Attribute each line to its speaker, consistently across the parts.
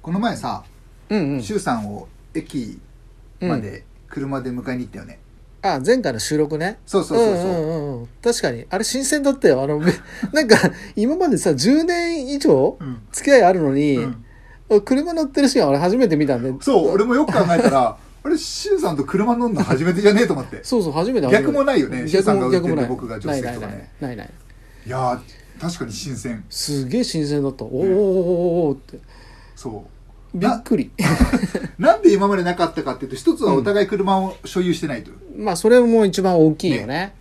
Speaker 1: この前さ、
Speaker 2: うんうん
Speaker 1: シュウさんを駅まで車で迎えに行ったよね。
Speaker 2: あ前回の収録ね
Speaker 1: そうそうそうそう。
Speaker 2: んんうんうん確かにあれ新鮮だったよあの めなんか今までさ10年以上
Speaker 1: うん
Speaker 2: 付き合いあるのに、
Speaker 1: うん
Speaker 2: 車乗ってるシーン俺初めて見たんで
Speaker 1: そう、俺もよく考えたら、 あれ、シュウさんと車乗るの初めてじゃねえと思って。
Speaker 2: そうそう初めて
Speaker 1: 逆もないよねシュウさ
Speaker 2: 逆
Speaker 1: んが
Speaker 2: も
Speaker 1: 運転
Speaker 2: 逆
Speaker 1: で
Speaker 2: もない
Speaker 1: 僕が助手席とか
Speaker 2: ない
Speaker 1: ね
Speaker 2: ないないないない
Speaker 1: いやー、確かに新鮮。
Speaker 2: すげえ新鮮だったおーおーおーおーって
Speaker 1: そう。
Speaker 2: びっ
Speaker 1: な、
Speaker 2: くり
Speaker 1: なんで今までなかったかっていうと、一つはお互い車を所有してないという。
Speaker 2: まあそれも一番大きいよね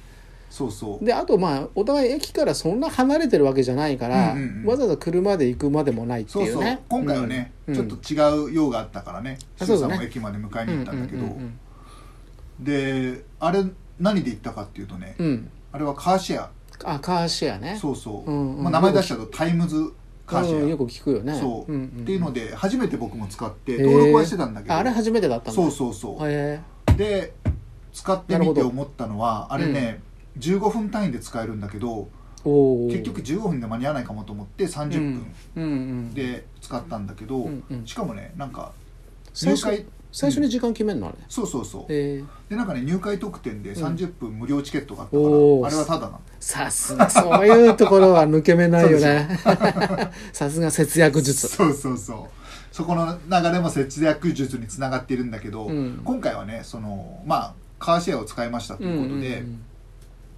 Speaker 1: そうそう。
Speaker 2: であとまあお互い駅からそんな離れてるわけじゃないから、
Speaker 1: うんうんうん
Speaker 2: わざわざ車で行くまでもないって
Speaker 1: そう
Speaker 2: い
Speaker 1: そうう
Speaker 2: ね。
Speaker 1: 今回はね、
Speaker 2: うん
Speaker 1: ちょっと違う用があったからね、
Speaker 2: あ
Speaker 1: シ
Speaker 2: そ
Speaker 1: ュ
Speaker 2: う
Speaker 1: ウさ
Speaker 2: だ
Speaker 1: ん
Speaker 2: ね
Speaker 1: も駅まで迎えに行ったんだけど、
Speaker 2: うんうんうん
Speaker 1: で、あれ、何で行ったかっていうとね、
Speaker 2: うんうん
Speaker 1: あれはカーシェア。
Speaker 2: あカーシェアね
Speaker 1: そうそう、
Speaker 2: うんうん
Speaker 1: まあ、名前出したとタイムズカーシ
Speaker 2: うん
Speaker 1: ェ
Speaker 2: よ
Speaker 1: ア、
Speaker 2: く聞くよね
Speaker 1: そう、
Speaker 2: んん
Speaker 1: っていうので初めて僕も使って
Speaker 2: へー
Speaker 1: 登録はしてたんだけど、
Speaker 2: ああれ初めてだったんだ
Speaker 1: そうそうそう、
Speaker 2: へ
Speaker 1: で使って
Speaker 2: なる
Speaker 1: み
Speaker 2: ほ
Speaker 1: て
Speaker 2: ど
Speaker 1: 思ったのはあれね、15分単位で使えるんだけど
Speaker 2: えおお
Speaker 1: 結局15分で間に合わないかもと思って30分
Speaker 2: うんうん
Speaker 1: で使ったんだけど、
Speaker 2: うんうん
Speaker 1: しかもねなんか入
Speaker 2: 最初
Speaker 1: 会
Speaker 2: 最初に時間決めるのあれ
Speaker 1: そうそうそう
Speaker 2: えー
Speaker 1: でなんかね入会特典で30分無料チケットがあったから、
Speaker 2: おー
Speaker 1: あれはただなの
Speaker 2: さすがそういうところは抜け目ないよね さすが節約術
Speaker 1: そうそうそうそこの流れも節約術につながっているんだけど、
Speaker 2: うん
Speaker 1: 今回はねそのまあカーシェアを使いましたということで、
Speaker 2: うん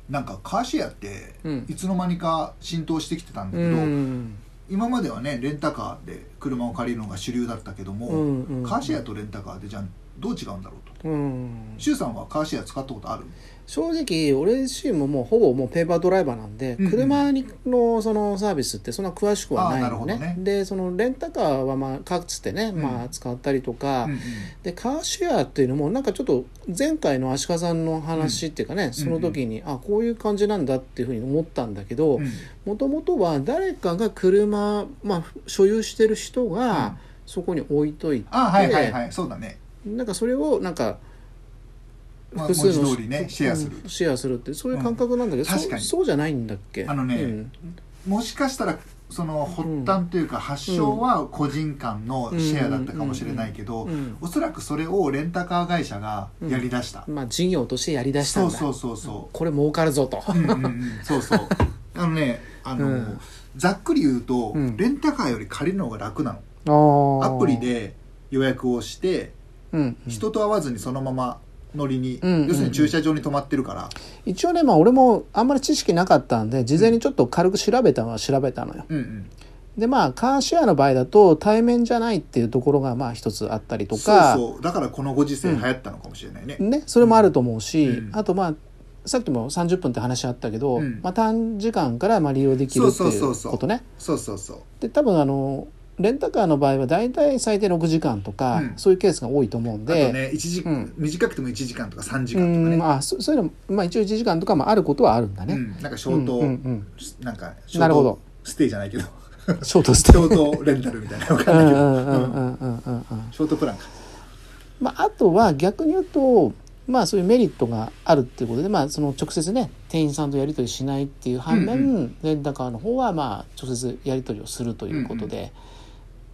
Speaker 1: なんかカーシェアって
Speaker 2: うん
Speaker 1: いつの間にか浸透してきてたんだ
Speaker 2: う
Speaker 1: けど、
Speaker 2: ん
Speaker 1: 今まではねレンタカーで車を借りるのが主流だったけども、
Speaker 2: うんうん
Speaker 1: カーシェアとレンタカーでじゃあどう違うんだろうと
Speaker 2: うん
Speaker 1: 周さんはカーシェア使ったことある
Speaker 2: 正直俺自身ももうほぼもうペーパードライバーなんで、
Speaker 1: うんうん
Speaker 2: 車にのそのサービスってそんな詳しくはない
Speaker 1: あーな
Speaker 2: のね
Speaker 1: るほどね
Speaker 2: でそのレンタカーはまあかつてね、
Speaker 1: ん
Speaker 2: まあ、使ったりとか、
Speaker 1: うんうん
Speaker 2: でカーシェアっていうのもなんかちょっと前回の足利さんの話っていうかね、その時に、あこういう感じなんだっていうふうに思ったんだけど
Speaker 1: うん
Speaker 2: もともとは誰かが車、まあ、所有してる人
Speaker 1: うん
Speaker 2: がそこに置いといて、
Speaker 1: あはいはいはいそうだね、
Speaker 2: なんかそれをなんか
Speaker 1: まあ、文
Speaker 2: 複数の
Speaker 1: 字通りねシェアする、
Speaker 2: うんシェアするってそういう感覚なんだけど、
Speaker 1: うん確かに
Speaker 2: そうそうじゃないんだっけ
Speaker 1: あのね
Speaker 2: うん
Speaker 1: もしかしたらその発端というか発祥は個人間のシェアだったかもしれないけど
Speaker 2: うん
Speaker 1: おそらくそれをレンタカー会社がやりだした、
Speaker 2: まあ事業としてやりだしたん
Speaker 1: そう
Speaker 2: だ
Speaker 1: そうそうそ
Speaker 2: これ儲かるぞと、
Speaker 1: う、うんうんうん、そうそう あのねあの、
Speaker 2: うん
Speaker 1: ざっくり言うと、
Speaker 2: うん
Speaker 1: レンタカーより借りるのが楽なの
Speaker 2: ア
Speaker 1: アプリ、で予約をして
Speaker 2: うんうん
Speaker 1: 人と会わずにそのまま乗りに、
Speaker 2: うんうんうん
Speaker 1: 要するに駐車場に止まってるから、
Speaker 2: 一応ねまあ俺もあんまり知識なかったんで事前にちょっと軽く調べたのは調べたのよ
Speaker 1: うんうん、
Speaker 2: でまあカーシェアの場合だと対面じゃないっていうところがまあ一つあったりとか
Speaker 1: そうそうだからこのご時世流行ったのかもしれないね、
Speaker 2: ね、それもあると思うし、
Speaker 1: うん
Speaker 2: あとまあさっきも30分って話あったけど、
Speaker 1: うん
Speaker 2: まあ、短時間からまあ利用できるって
Speaker 1: そう
Speaker 2: い
Speaker 1: そうそ
Speaker 2: う
Speaker 1: うそう
Speaker 2: ことね
Speaker 1: そうそうそう
Speaker 2: で多分あのレンタカーの場合は大体最低6時間とか、
Speaker 1: うん
Speaker 2: そういうケースが多いと思うん
Speaker 1: あ
Speaker 2: で
Speaker 1: とね一時、
Speaker 2: うん
Speaker 1: 短くても1時間とか3時
Speaker 2: う
Speaker 1: 間とかね
Speaker 2: んあそそういうの、まあ、一応1時間とかもあることはあるんだ
Speaker 1: う
Speaker 2: ね、
Speaker 1: ん、なんか消灯、
Speaker 2: うんうん
Speaker 1: なんか消
Speaker 2: なるほど
Speaker 1: 灯ステイじゃないけど
Speaker 2: うんショートステイ
Speaker 1: 消灯レンタルみたいなのわ
Speaker 2: う
Speaker 1: か
Speaker 2: ん
Speaker 1: ん
Speaker 2: う
Speaker 1: ないけ
Speaker 2: んう
Speaker 1: ど、
Speaker 2: んうんうんうんうん
Speaker 1: ショートプランか
Speaker 2: まああとは逆に言うとまあそういうメリットがあるっていうことで、まあ、その直接ね店員さんとやり取りしないっていう反面、
Speaker 1: うん
Speaker 2: レンタカーの方はまあ直接やり取りをするということで、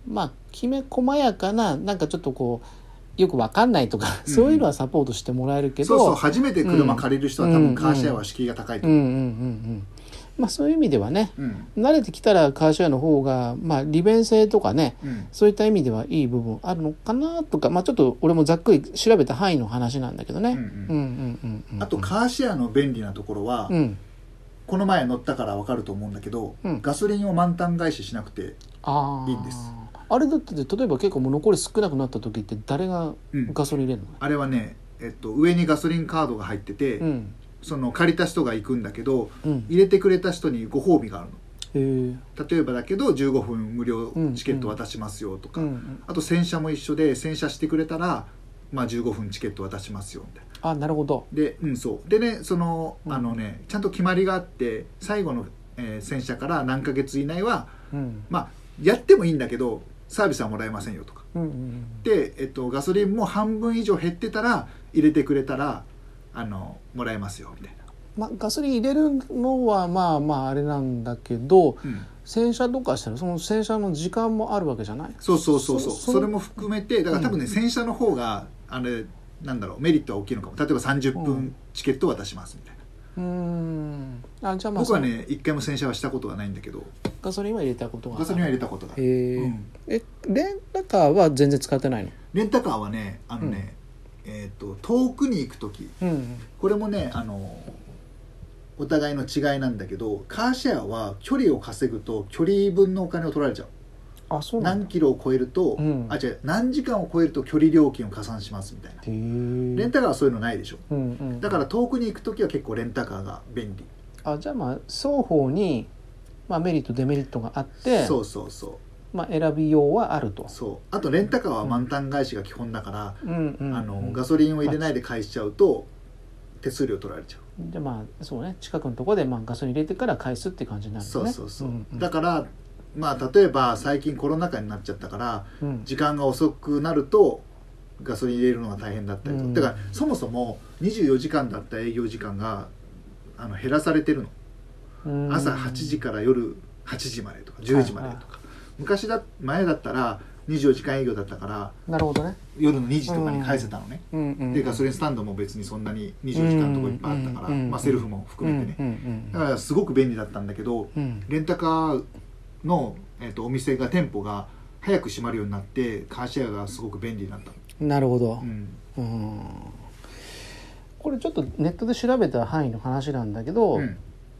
Speaker 2: まあきめ細やかななんかちょっとこうよくわかんないとか、
Speaker 1: うん
Speaker 2: そういうのはサポートしてもらえるけ
Speaker 1: そ
Speaker 2: ど
Speaker 1: うそう初めて車借りる人は多
Speaker 2: う
Speaker 1: 分
Speaker 2: ん
Speaker 1: カーシェアは敷居が高いと
Speaker 2: うん
Speaker 1: 思
Speaker 2: う
Speaker 1: う、
Speaker 2: んうんうんまあそういう意味ではね
Speaker 1: うん
Speaker 2: 慣れてきたらカーシェアの方が、まあ、利便性とかね
Speaker 1: うん
Speaker 2: そういった意味ではいい部分あるのかなとか、まあ、ちょっと俺もざっくり調べた範囲の話なんだけどね。
Speaker 1: うんうんあと
Speaker 2: か、
Speaker 1: カーシェアの便利なところは、
Speaker 2: うん、
Speaker 1: この前乗ったからわかると思うんだけど、
Speaker 2: うん
Speaker 1: ガソリンを満タン返ししなくて
Speaker 2: あー
Speaker 1: いいんです
Speaker 2: あれだって例えば結構もう残り少なくなった時って誰が
Speaker 1: うん
Speaker 2: ガソリン入れるの、
Speaker 1: あれはね、えっと、上にガソリンカードが入ってて、
Speaker 2: うん
Speaker 1: その借りた人が行くんだけど
Speaker 2: うん
Speaker 1: 入れてくれた人にご褒美があるの
Speaker 2: えー
Speaker 1: 例えばだけど15分無料チケット渡しますよとか、
Speaker 2: うん、
Speaker 1: あと洗車も一緒で洗車してくれたら、まあ、15分チケット渡しますよみたいな
Speaker 2: あなるほど
Speaker 1: でうんそうでねその
Speaker 2: うん
Speaker 1: あのねちゃんと決まりがあって最後の、えー洗車から何ヶ月以内は
Speaker 2: うん
Speaker 1: まあやってもいいんだけどサービスはもらえませんよとか
Speaker 2: うんうん
Speaker 1: で、えっと、ガソリンも半分以上減ってたら入れてくれたらあのもらえますよみたいな、
Speaker 2: まあ、ガソリン入れるのはまあまああれなんだけど
Speaker 1: うん、
Speaker 2: 洗車とかしたらその洗車の時間もあるわけじゃない
Speaker 1: そうそうそうそう
Speaker 2: そそ
Speaker 1: それも含めてだから多分ね、洗車の方があれなんだろうメリットは大きいのかも例えば30
Speaker 2: う
Speaker 1: 分
Speaker 2: ん
Speaker 1: チケットを渡しますみたいな、
Speaker 2: うーんあじゃあまあ
Speaker 1: 僕はね一回も洗車はしたことがないんだけど
Speaker 2: そのガソリンは入れたことが
Speaker 1: ガソリンは入れたことがある、
Speaker 2: へえ、
Speaker 1: うん
Speaker 2: えレンタカーは全然使ってないの
Speaker 1: レンタカーはねあのね、えっ、と遠くに行く時
Speaker 2: うん
Speaker 1: これもねあのお互いの違いなんだけどカーシェアは距離を稼ぐと距離分のお金を取られちゃう
Speaker 2: あそうなん
Speaker 1: 何
Speaker 2: だ
Speaker 1: キロを超えると、
Speaker 2: うん
Speaker 1: あ違う何時間を超えると距離料金を加算しますみたいな
Speaker 2: へえ
Speaker 1: レンタカーはそういうのないでしょ
Speaker 2: うんうん、
Speaker 1: だから遠くに行く時は結構レンタカーが便利
Speaker 2: あじゃあまあ双方に、まあ、メリットデメリットがあって
Speaker 1: そうそうそ
Speaker 2: まあ、選びようはあると
Speaker 1: う、そうあとレンタカーは満タン返しが基本だから、
Speaker 2: うんうんうん、
Speaker 1: あのガソリンを入れないで返しちゃうと手数料取られちゃう、
Speaker 2: でまあそうね近くのところで、まあ、ガソリン入れてから返すって感じになる
Speaker 1: そ
Speaker 2: の
Speaker 1: う
Speaker 2: ね
Speaker 1: そうそう、
Speaker 2: んうん
Speaker 1: だからまあ例えば最近コロナ禍になっちゃったから
Speaker 2: うん
Speaker 1: 時間が遅くなるとガソリン入れるのが大変だったりとか、
Speaker 2: うん
Speaker 1: だからそもそも24時間だった営業時間があの減らされてるの
Speaker 2: うん
Speaker 1: 朝8時から夜8時までとか10時までとか、昔だ前だったら24時間営業だったから
Speaker 2: なるほどね、
Speaker 1: 夜の2時とかに返せたのね、
Speaker 2: うんうんうん、
Speaker 1: でガソリンスタンドも別にそんなに24時間のとこいっぱいあったから、
Speaker 2: うん
Speaker 1: まあ、セルフも含めてね、
Speaker 2: うんうん
Speaker 1: だからすごく便利だったんだけど
Speaker 2: うんうん
Speaker 1: レンタカーの、えっとお店が店舗が早く閉まるようになってカーシェアがすごく便利になったの、
Speaker 2: うんなるほど
Speaker 1: う、ん
Speaker 2: うんこれちょっとネットで調べた範囲の話なんだけど、
Speaker 1: うん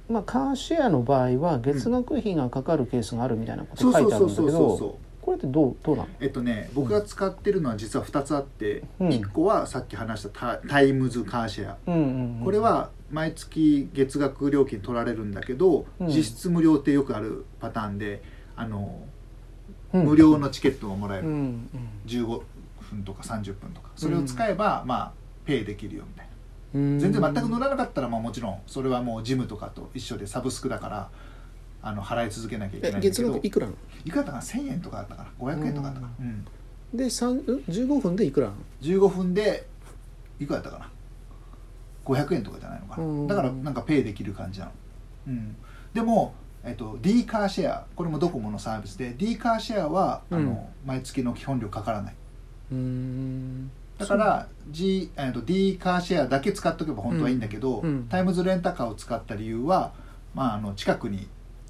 Speaker 2: まあ、カーシェアの場合は月額費がかかるケースがあるみたいなこ
Speaker 1: そ
Speaker 2: と
Speaker 1: う
Speaker 2: 書
Speaker 1: そ
Speaker 2: いうてある
Speaker 1: そ
Speaker 2: ん
Speaker 1: う
Speaker 2: だ
Speaker 1: そう
Speaker 2: け
Speaker 1: そう
Speaker 2: ど
Speaker 1: そう
Speaker 2: これってどうどうなの
Speaker 1: えっとね僕が使ってるのは実は2つあって、
Speaker 2: うん
Speaker 1: 1個はさっき話したタタイムズカーシェア
Speaker 2: うんうんうん
Speaker 1: これは毎月月額料金取られるんだけど、
Speaker 2: うん
Speaker 1: 実質無料ってよくあるパターンであの、
Speaker 2: うん
Speaker 1: 無料のチケットがもらえ
Speaker 2: う
Speaker 1: る、
Speaker 2: ん
Speaker 1: 15分とか30分とかそれを使えば、まあペイできるよみたいな
Speaker 2: うん
Speaker 1: 全然全く乗らなかったら、まあ、もちろんそれはもうジムとかと一緒でサブスクだからあの払い続けなきゃいけ
Speaker 2: え
Speaker 1: ないんだけ
Speaker 2: 月
Speaker 1: ど
Speaker 2: 額いくらなの
Speaker 1: いくらだったかな1000円とかだったかな500円とかだったかな、うん
Speaker 2: でさんん15分でいくらなの
Speaker 1: 15分でいくらだったかな500円とかじゃないのか
Speaker 2: う
Speaker 1: なんだからなんかペイできる感じなの、うん、でも、えっと、D カーシェアこれもドコモのサービスで D カーシェアはあの、
Speaker 2: うん
Speaker 1: 毎月の基本料かからないう
Speaker 2: ーん
Speaker 1: だから、G えっと、D カーシェアだけ使っとけば本当はいいんだけど、
Speaker 2: うんうん
Speaker 1: タイムズレンタカーを使った理由は、まあ、あの近くに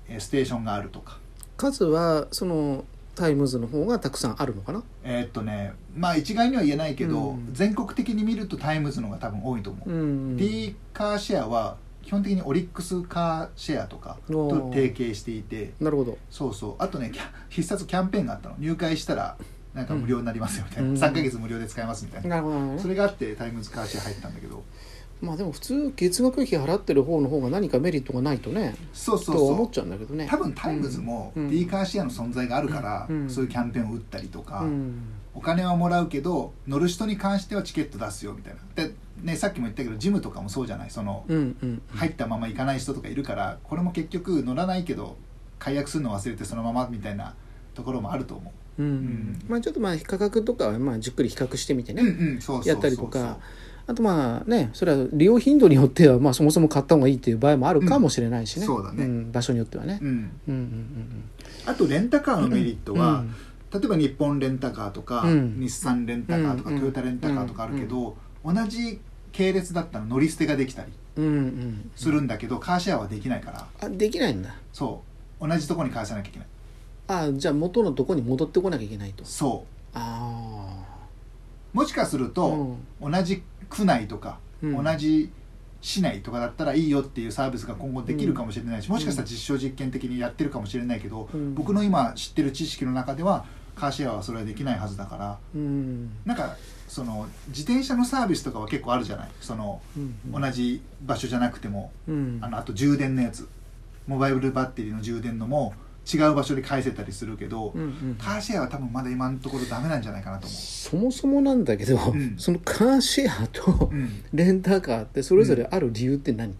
Speaker 1: えーステーションがあるとか
Speaker 2: 数はそのタイムズの方がたくさんあるのかな
Speaker 1: えーっとねまあ一概には言えないけど、
Speaker 2: うん
Speaker 1: 全国的に見るとタイムズのが多分多いと思う
Speaker 2: うん
Speaker 1: D カーシェアは基本的にオリックスカーシェアとかと
Speaker 2: おー
Speaker 1: 提携していて
Speaker 2: なるほど
Speaker 1: そうそうあとねキャ必殺キャンペーンがあったの入会したらなんか無料になりますよみたいな、
Speaker 2: うん
Speaker 1: 3ヶ月無料で使えますみたいな、
Speaker 2: なるほどね
Speaker 1: それがあってタイムズカーシェア入ったんだけど
Speaker 2: まあでも普通月額費払ってる方の方が何かメリットがないとね
Speaker 1: そうそう
Speaker 2: とは思
Speaker 1: そ
Speaker 2: っちゃうんだけど
Speaker 1: う
Speaker 2: ね
Speaker 1: 多分タイムズも
Speaker 2: うん
Speaker 1: D カーシェアの存在があるから、
Speaker 2: うん
Speaker 1: そういうキャンペーンを打ったりとか、
Speaker 2: うん
Speaker 1: お金はもらうけど乗る人に関してはチケット出すよみたいなで、ね、さっきも言ったけどジムとかもそうじゃないその、
Speaker 2: うんうん
Speaker 1: 入ったまま行かない人とかいるからこれも結局乗らないけど解約するの忘れてそのままみたいなところもあると思
Speaker 2: うんんまあちょっとまあ価格とかはまあじっくり比較してみて
Speaker 1: う、
Speaker 2: ね、
Speaker 1: うんうんそうそうそうそう
Speaker 2: やったりとかあとまあねそれは利用頻度によってはまあそもそも買った方がいいっていう場合もあるかもしれないしね、
Speaker 1: うんそうだね
Speaker 2: ん場所によってはね、
Speaker 1: うん、
Speaker 2: うん、うん
Speaker 1: あとレンタカーのメリット
Speaker 2: うんうん
Speaker 1: は、例えば日本レンタカーとか、
Speaker 2: うん
Speaker 1: 日産レンタカーとか、
Speaker 2: うんうん
Speaker 1: トヨタレンタカーとかあるけど、同じ系列だったら乗り捨てができたり
Speaker 2: うんうんうん
Speaker 1: するんだけど、カーシェアはできないから
Speaker 2: あできないんだ
Speaker 1: そう同じとこに返さなきゃいけない
Speaker 2: あじゃあ元のとこに戻ってこなきゃいけないと
Speaker 1: そ
Speaker 2: あ
Speaker 1: うもしかする
Speaker 2: あ
Speaker 1: と、同じ区内とか、
Speaker 2: うん
Speaker 1: 同じ市内とかだったらいいよっていうサービスが今後できるかもしれないし、もしかしたら実証実験的にやってるかもしれないけど、
Speaker 2: うん
Speaker 1: 僕の今知ってる知識の中ではカーシェアはそれはできないはずだから
Speaker 2: うん
Speaker 1: なんかその自転車のサービスとかは結構あるじゃないその、
Speaker 2: うん
Speaker 1: 同じ場所じゃなくても
Speaker 2: うん
Speaker 1: あのあと充電のやつモバイルバッテリーの充電のも違う場所で返せたりするけど、カーシェアは多分まだ今のところダメなんじゃないかなと思
Speaker 2: そもそもなんだけど、
Speaker 1: ん
Speaker 2: そのカーシェアと
Speaker 1: う、うん、
Speaker 2: レンタカーってそれぞれある理由って何、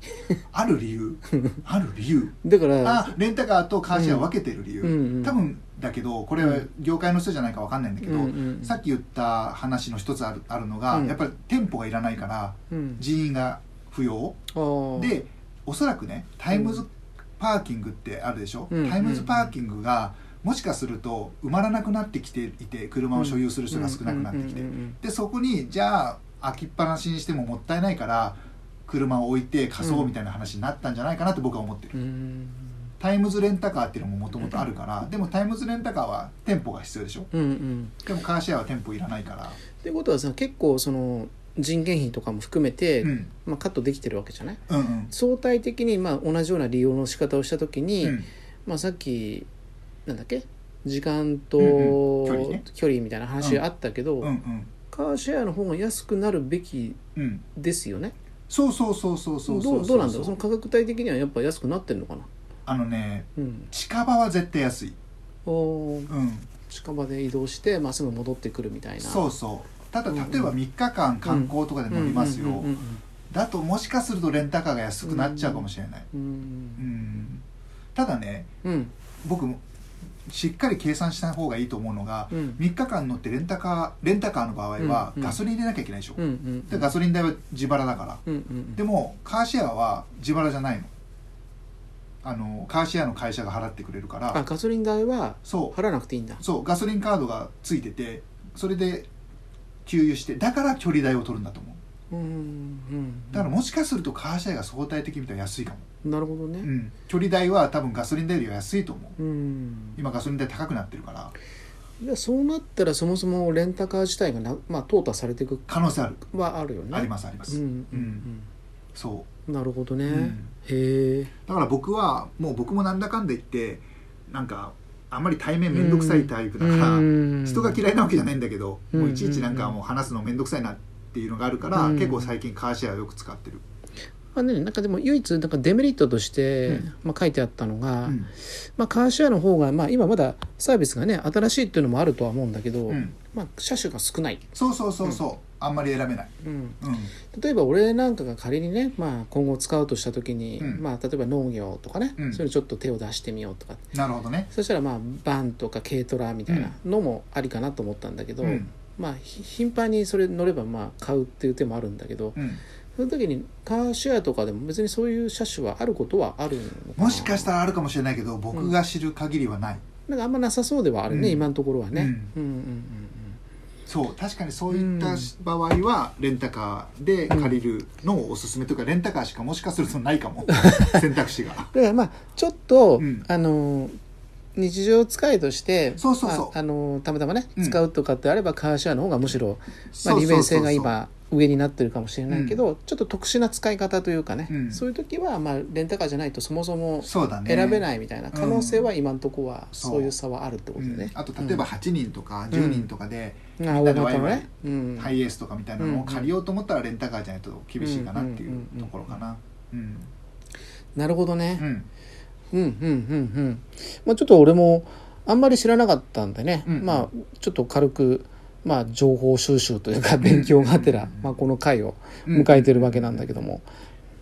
Speaker 1: ある理 由ある理由
Speaker 2: だから
Speaker 1: あレンタカーとカーシェア分けてる理由、
Speaker 2: うんうん
Speaker 1: 多分だけどこれは業界の人じゃないか分かんないんだけど、
Speaker 2: うんうん
Speaker 1: さっき言った話の一つあるあるのが、
Speaker 2: うん
Speaker 1: やっぱり店舗がいらないから
Speaker 2: うん
Speaker 1: 人員が不要、
Speaker 2: あー
Speaker 1: でおそらくねタイムズパーキングってあるでしょ、
Speaker 2: うん
Speaker 1: タイムズパーキングがもしかすると埋まらなくなってきていて車を所有する人が少なくなってきて
Speaker 2: うんうんうんうん
Speaker 1: でそこにじゃあ空きっぱなしにしてももったいないから車を置いて貸そうみたいな話になったんじゃないかなって僕は思ってる、
Speaker 2: うんうん
Speaker 1: タイムズレンタカーっていうのももともとあるからでもタイムズレンタカーは店舗が必要でしょ
Speaker 2: うんうん
Speaker 1: でもカーシェアは店舗いらないから
Speaker 2: ってことはさ結構その人件費とかも含めて、
Speaker 1: うん
Speaker 2: まあ、カットできてるわけじゃない
Speaker 1: うんうん
Speaker 2: 相対的にまあ同じような利用の仕方をした時に、
Speaker 1: うん
Speaker 2: まあ、さっきなんだっけ時間と
Speaker 1: うんうん距離ね
Speaker 2: 距離みたいな話あったけど、
Speaker 1: うんうん
Speaker 2: カーシェアの方が安くなるべき
Speaker 1: うん
Speaker 2: ですよね
Speaker 1: そうそうそうそうそうそ
Speaker 2: ど
Speaker 1: う
Speaker 2: どうなんだろうその価格帯的にはやっぱ安くなってるのかな、
Speaker 1: あのね
Speaker 2: うん、
Speaker 1: 近場は絶対安い
Speaker 2: おー
Speaker 1: うん
Speaker 2: 近場で移動して、まあ、すぐ戻ってくるみたいな
Speaker 1: そうそうただ例えば3日間観光とかで乗ります
Speaker 2: うんうん
Speaker 1: よ
Speaker 2: うん
Speaker 1: だともしかするとレンタカーが安くなっちゃうかもしれない
Speaker 2: うん
Speaker 1: うんただね
Speaker 2: うんうん
Speaker 1: 僕もしっかり計算した方がいいと思うのが
Speaker 2: うん
Speaker 1: 3日間乗ってレンタカーレンタカーの場合は
Speaker 2: うんうん
Speaker 1: ガソリン入れなきゃいけないでしょ
Speaker 2: うんうん
Speaker 1: でガソリン代は自腹だから
Speaker 2: うんうん
Speaker 1: でもカーシェアは自腹じゃないのあのカーシェアの会社が払ってくれるか
Speaker 2: あ
Speaker 1: ら
Speaker 2: ガソリン代は
Speaker 1: そう
Speaker 2: 払わなくていいんだ
Speaker 1: そうガソリンカードがついててそれで給油してだから距離代を取るんだと思う
Speaker 2: うんうん
Speaker 1: だからもしかするとカーシェアが相対的に見たら安いかも、
Speaker 2: なるほど
Speaker 1: う
Speaker 2: ね
Speaker 1: ん、距離代は多分ガソリン代よりは安いと思う
Speaker 2: うん
Speaker 1: 今ガソリン代高くなってるから
Speaker 2: いやそうなったらそもそもレンタカー自体がな、まあ、淘汰されていく
Speaker 1: 可能性ある
Speaker 2: はあるよね
Speaker 1: ありますあります、
Speaker 2: うんう
Speaker 1: うんんそ
Speaker 2: なるほどね、
Speaker 1: ん
Speaker 2: へえ
Speaker 1: うだから僕はもう僕もなんだかんだ言ってなんかあんまり対面めんどくさいタイプだから、人が嫌いなわけじゃないんだけど、
Speaker 2: うん
Speaker 1: もういちいちなんかもう話すのめんどくさいなっていうのがあるから、
Speaker 2: うん
Speaker 1: 結構最近カーシェアをよく使ってる、
Speaker 2: まあね、なんかでも唯一なんかデメリットとして、
Speaker 1: うん
Speaker 2: まあ、書いてあったのが、
Speaker 1: うん
Speaker 2: まあ、カーシェアの方が、まあ、今まだサービスがね新しいっていうのもあるとは思うんだけど、
Speaker 1: うん
Speaker 2: まあ、車種が少ない、
Speaker 1: そうそうそうそう、あんまり選べない
Speaker 2: うん、
Speaker 1: う
Speaker 2: 例えば俺なんかが仮にね、まあ、今後使うとした時に、
Speaker 1: うん
Speaker 2: まあ、例えば農業とかね、
Speaker 1: うん
Speaker 2: そういうのちょっと手を出してみようとか
Speaker 1: ん、なるほどね。
Speaker 2: そしたらまあバンとか軽トラみたいなのもありかなと思ったんだけど、
Speaker 1: うん
Speaker 2: まあひ頻繁にそれ乗ればまあ買うっていう手もあるんだけど、
Speaker 1: うん、
Speaker 2: その時にカーシェアとかでも別にそういう車種はあることはあるのかな
Speaker 1: もしかしたらあるかもしれないけど僕が知る限りはない、
Speaker 2: なんかあんまなさそうではあるね、
Speaker 1: うん
Speaker 2: 今のところはね、うん、うん
Speaker 1: そう確かにそういった
Speaker 2: うん
Speaker 1: 場合はレンタカーで借りるのをおすすめというかレンタカーしかもしかするとないか も選択肢が
Speaker 2: だからまあちょっと、
Speaker 1: うん
Speaker 2: あのー日常使いとして
Speaker 1: そうそうそう
Speaker 2: まああのーたまたまね、
Speaker 1: うん
Speaker 2: 使うとかってあればカーシェアの方がむしろ、ま
Speaker 1: そ
Speaker 2: あ、
Speaker 1: う
Speaker 2: 利
Speaker 1: そう
Speaker 2: 便
Speaker 1: そ
Speaker 2: 性
Speaker 1: う
Speaker 2: が今上になってるかもしれないけど、ちょっと特殊な使い方というかね、
Speaker 1: うん
Speaker 2: そういう時はまあレンタカーじゃないとそもそも
Speaker 1: そうだね
Speaker 2: 選
Speaker 1: い、
Speaker 2: べないみたいな可能性は今のところは
Speaker 1: そう
Speaker 2: そういう差はあるってこと
Speaker 1: う
Speaker 2: で
Speaker 1: ん
Speaker 2: ね、
Speaker 1: あと例えば8人とか10人とかで、
Speaker 2: うん、
Speaker 1: み
Speaker 2: あ
Speaker 1: んな
Speaker 2: 大
Speaker 1: でワイ
Speaker 2: 型の
Speaker 1: ワイ
Speaker 2: ね、うん
Speaker 1: ハイエースとかみたいなのを借りようと思ったらレンタカーじゃないと厳しいかなってい
Speaker 2: んうん
Speaker 1: う
Speaker 2: うん
Speaker 1: ところかなうん
Speaker 2: なるほど
Speaker 1: う
Speaker 2: ね、
Speaker 1: ん
Speaker 2: うん、うんうんうんまあ、ちょっと俺もあんまり知らなかったんでね、
Speaker 1: うん
Speaker 2: まあちょっと軽くまあ情報収集というか勉強がてら、
Speaker 1: うん
Speaker 2: まあ、この回を
Speaker 1: うん
Speaker 2: 迎えてるわけなんだけども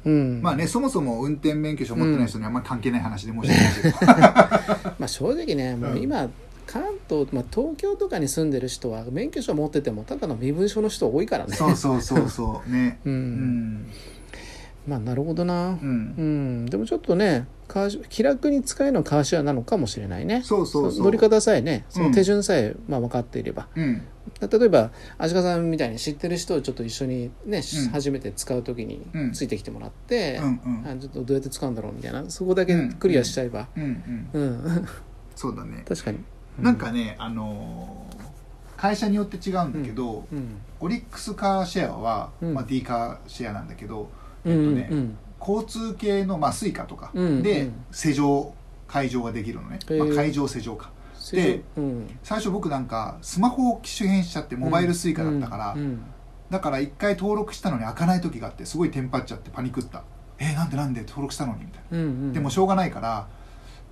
Speaker 2: うん
Speaker 1: まあねそもそも運転免許証持ってない人にあんまり関係ない話で申し訳ないけど、
Speaker 2: まあ、正直ねもう今、関東、まあ、東京とかに住んでる人は免許証持っててもただの身分証の人多いからね
Speaker 1: そうそうそうそうね
Speaker 2: う、
Speaker 1: うんん
Speaker 2: まあなるほど
Speaker 1: う
Speaker 2: なうんんでもちょっとねカーシ気楽に使えるのはカーシェアなのかもしれないね
Speaker 1: そうそうそう
Speaker 2: 乗り方さえねそ
Speaker 1: うん
Speaker 2: の手順さえ、まあ、分かっていれば
Speaker 1: うん
Speaker 2: 例えば足利さんみたいに知ってる人をちょっと一緒にね、
Speaker 1: うん
Speaker 2: 初めて使う時に
Speaker 1: うん
Speaker 2: ついてきてもらって、
Speaker 1: うんうん
Speaker 2: あちょっとどうやって使うんだろうみたいなそこだけクリアしちゃえば
Speaker 1: うんうん
Speaker 2: うん、
Speaker 1: そうだね
Speaker 2: 確かに
Speaker 1: なんかねあのー会社によって違うんだけど、
Speaker 2: うん
Speaker 1: オリックスカーシェアは、
Speaker 2: うん
Speaker 1: まあ、D カーシェアなんだけど、え
Speaker 2: う
Speaker 1: っと
Speaker 2: ん
Speaker 1: ね、
Speaker 2: うん
Speaker 1: 交通系の、まあ、スイカとか
Speaker 2: うんう
Speaker 1: で
Speaker 2: ん
Speaker 1: 施錠会場ができるのね、
Speaker 2: へー
Speaker 1: まあ、会場施錠か
Speaker 2: で、うん、
Speaker 1: 最初僕なんかスマホを機種変しちゃってモバイルスイカだったから、
Speaker 2: うん
Speaker 1: だから一回登録したのに開かない時があってすごいテンパっちゃってパニクったええーなんでなんで登録したのにみたいな
Speaker 2: うんうん
Speaker 1: でもしょうがないから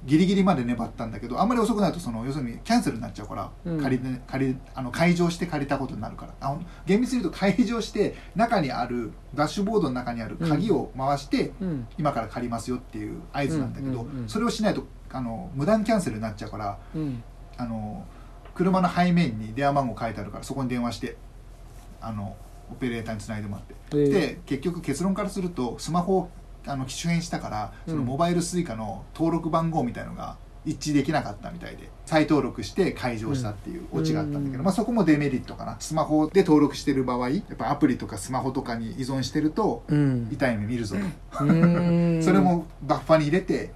Speaker 1: ギリギリまで粘ったんだけどあんまり遅くなるとその要するにキャンセルになっちゃうから、
Speaker 2: うん
Speaker 1: 借りて借りあの開場して借りたことになるからあ厳密に言うと開場して中にあるダッシュボードの中にある鍵を回して、
Speaker 2: うん
Speaker 1: 今から借りますよっていう合図なんだけど、
Speaker 2: うんうんうん
Speaker 1: それをしないとあの無断キャンセルになっちゃうから
Speaker 2: うん
Speaker 1: あの車の背面に電話番号書いてあるからそこに電話してあのオペレーターにつないでもらって。
Speaker 2: えー
Speaker 1: で結局結論からするとスマホをあの機種変したからその
Speaker 2: うん
Speaker 1: モバイルスイカの登録番号みたいのが一致できなかったみたいで再登録して解除したっていうオチがあったんだけど、
Speaker 2: うん
Speaker 1: まあ、そこもデメリットかなスマホで登録してる場合やっぱアプリとかスマホとかに依存してると
Speaker 2: うん
Speaker 1: 痛い目見るぞと、
Speaker 2: う ん
Speaker 1: それもバッファに入れて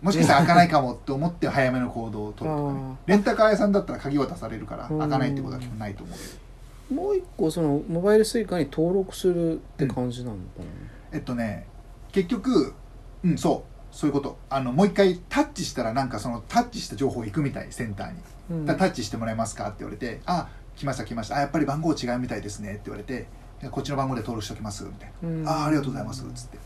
Speaker 1: もしかしたら開かないかもって思って早めの行動を取るとかね
Speaker 2: あー
Speaker 1: レンタカー屋さんだったら鍵渡されるから
Speaker 2: うん
Speaker 1: 開かないってことは基本ないと思うけど
Speaker 2: もう一個そのモバイルスイカに登録するって感じなのか
Speaker 1: えっとね結局うんそうそういうことあのもう一回タッチしたらなんかそのタッチした情報行くみたいセンターに、
Speaker 2: な、うん
Speaker 1: だタッチしてもらえますかって言われて「あ来ました来ましたあやっぱり番号違うみたいですね」って言われて「こっちの番号で登録しておきます」みたい
Speaker 2: うん
Speaker 1: な「ああありがとうございます」っつって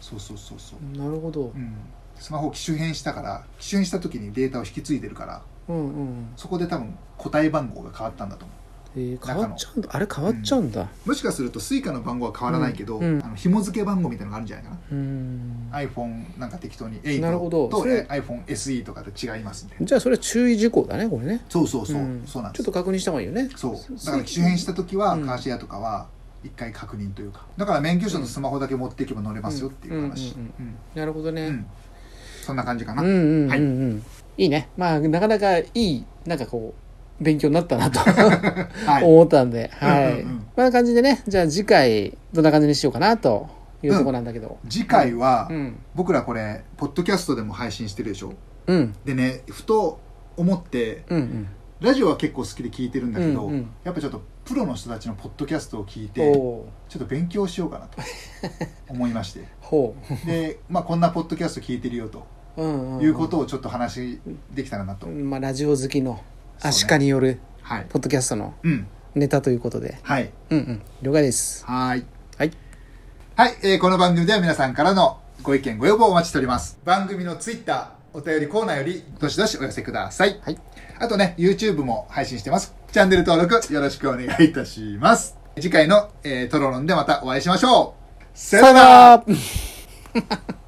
Speaker 1: そうそうそうそう
Speaker 2: なるほど
Speaker 1: う、んスマホを機種変したから機種変した時にデータを引き継いでるから
Speaker 2: うんうん
Speaker 1: そこで多分個体番号が変わったんだと思
Speaker 2: えー、変わっちゃうんだあれ変わっちゃうんだ
Speaker 1: うもしかすると Suica の番号は変わらないけど、
Speaker 2: うんうん
Speaker 1: あの紐付け番号みたいなのがあるんじゃないかな
Speaker 2: うん、
Speaker 1: iPhone なんか適当に
Speaker 2: なるほ
Speaker 1: 8
Speaker 2: ど
Speaker 1: と
Speaker 2: それ
Speaker 1: え iPhoneSE とかで違いますみたいな
Speaker 2: じゃあそれは注意事項だねこれね
Speaker 1: そうそうそう、
Speaker 2: ん
Speaker 1: そうなん
Speaker 2: ち
Speaker 1: で
Speaker 2: ょ
Speaker 1: す
Speaker 2: っと確認した方がいいよね
Speaker 1: そうだから機種変した時は、
Speaker 2: うん
Speaker 1: カーシェアとかは一回確認というかだから免許証とスマホだけ持っていけば乗れますよっていう話
Speaker 2: う
Speaker 1: うんん、
Speaker 2: なるほどね、
Speaker 1: うんそんな感じか
Speaker 2: う
Speaker 1: な、
Speaker 2: んうんうんうん、
Speaker 1: はい
Speaker 2: い、いねまあなかなかいいなんかこう勉強になったなと
Speaker 1: はい
Speaker 2: 思ったんで、はい
Speaker 1: うんうんうん
Speaker 2: こんな感じでねじゃあ次回どんな感じにしようかなというところなんだけど、
Speaker 1: 次回は、
Speaker 2: うん
Speaker 1: 僕らこれポッドキャストでも配信してるでしょ
Speaker 2: うん、うん
Speaker 1: でねふと思って
Speaker 2: うん
Speaker 1: ラジオは結構好きで聞いてるんだけど、
Speaker 2: うんうん
Speaker 1: やっぱちょっとプロの人たちのポッドキャストを聞いてちょ
Speaker 2: ほ
Speaker 1: っと勉強しようかなと思いまして
Speaker 2: うほ
Speaker 1: で、まあ、こんなポッドキャスト聞いてるよと
Speaker 2: う、うんうん
Speaker 1: いうことをちょっと話できたらなと、
Speaker 2: まあ、ラジオ好きの
Speaker 1: そうね
Speaker 2: アシカによる
Speaker 1: はい
Speaker 2: ポッドキャストの
Speaker 1: うん
Speaker 2: ネタということで、
Speaker 1: はい
Speaker 2: うんうん、了解です。
Speaker 1: はーい
Speaker 2: はい。
Speaker 1: はい、えーこの番組では皆さんからのご意見ご要望をお待ちしております番組のツイッターお便りコーナーよりどしどしお寄せください、
Speaker 2: はい、
Speaker 1: あとね YouTube も配信してますチャンネル登録よろしくお願いいたします次回の、えートロロンでまたお会いしましょうさ
Speaker 2: さよなら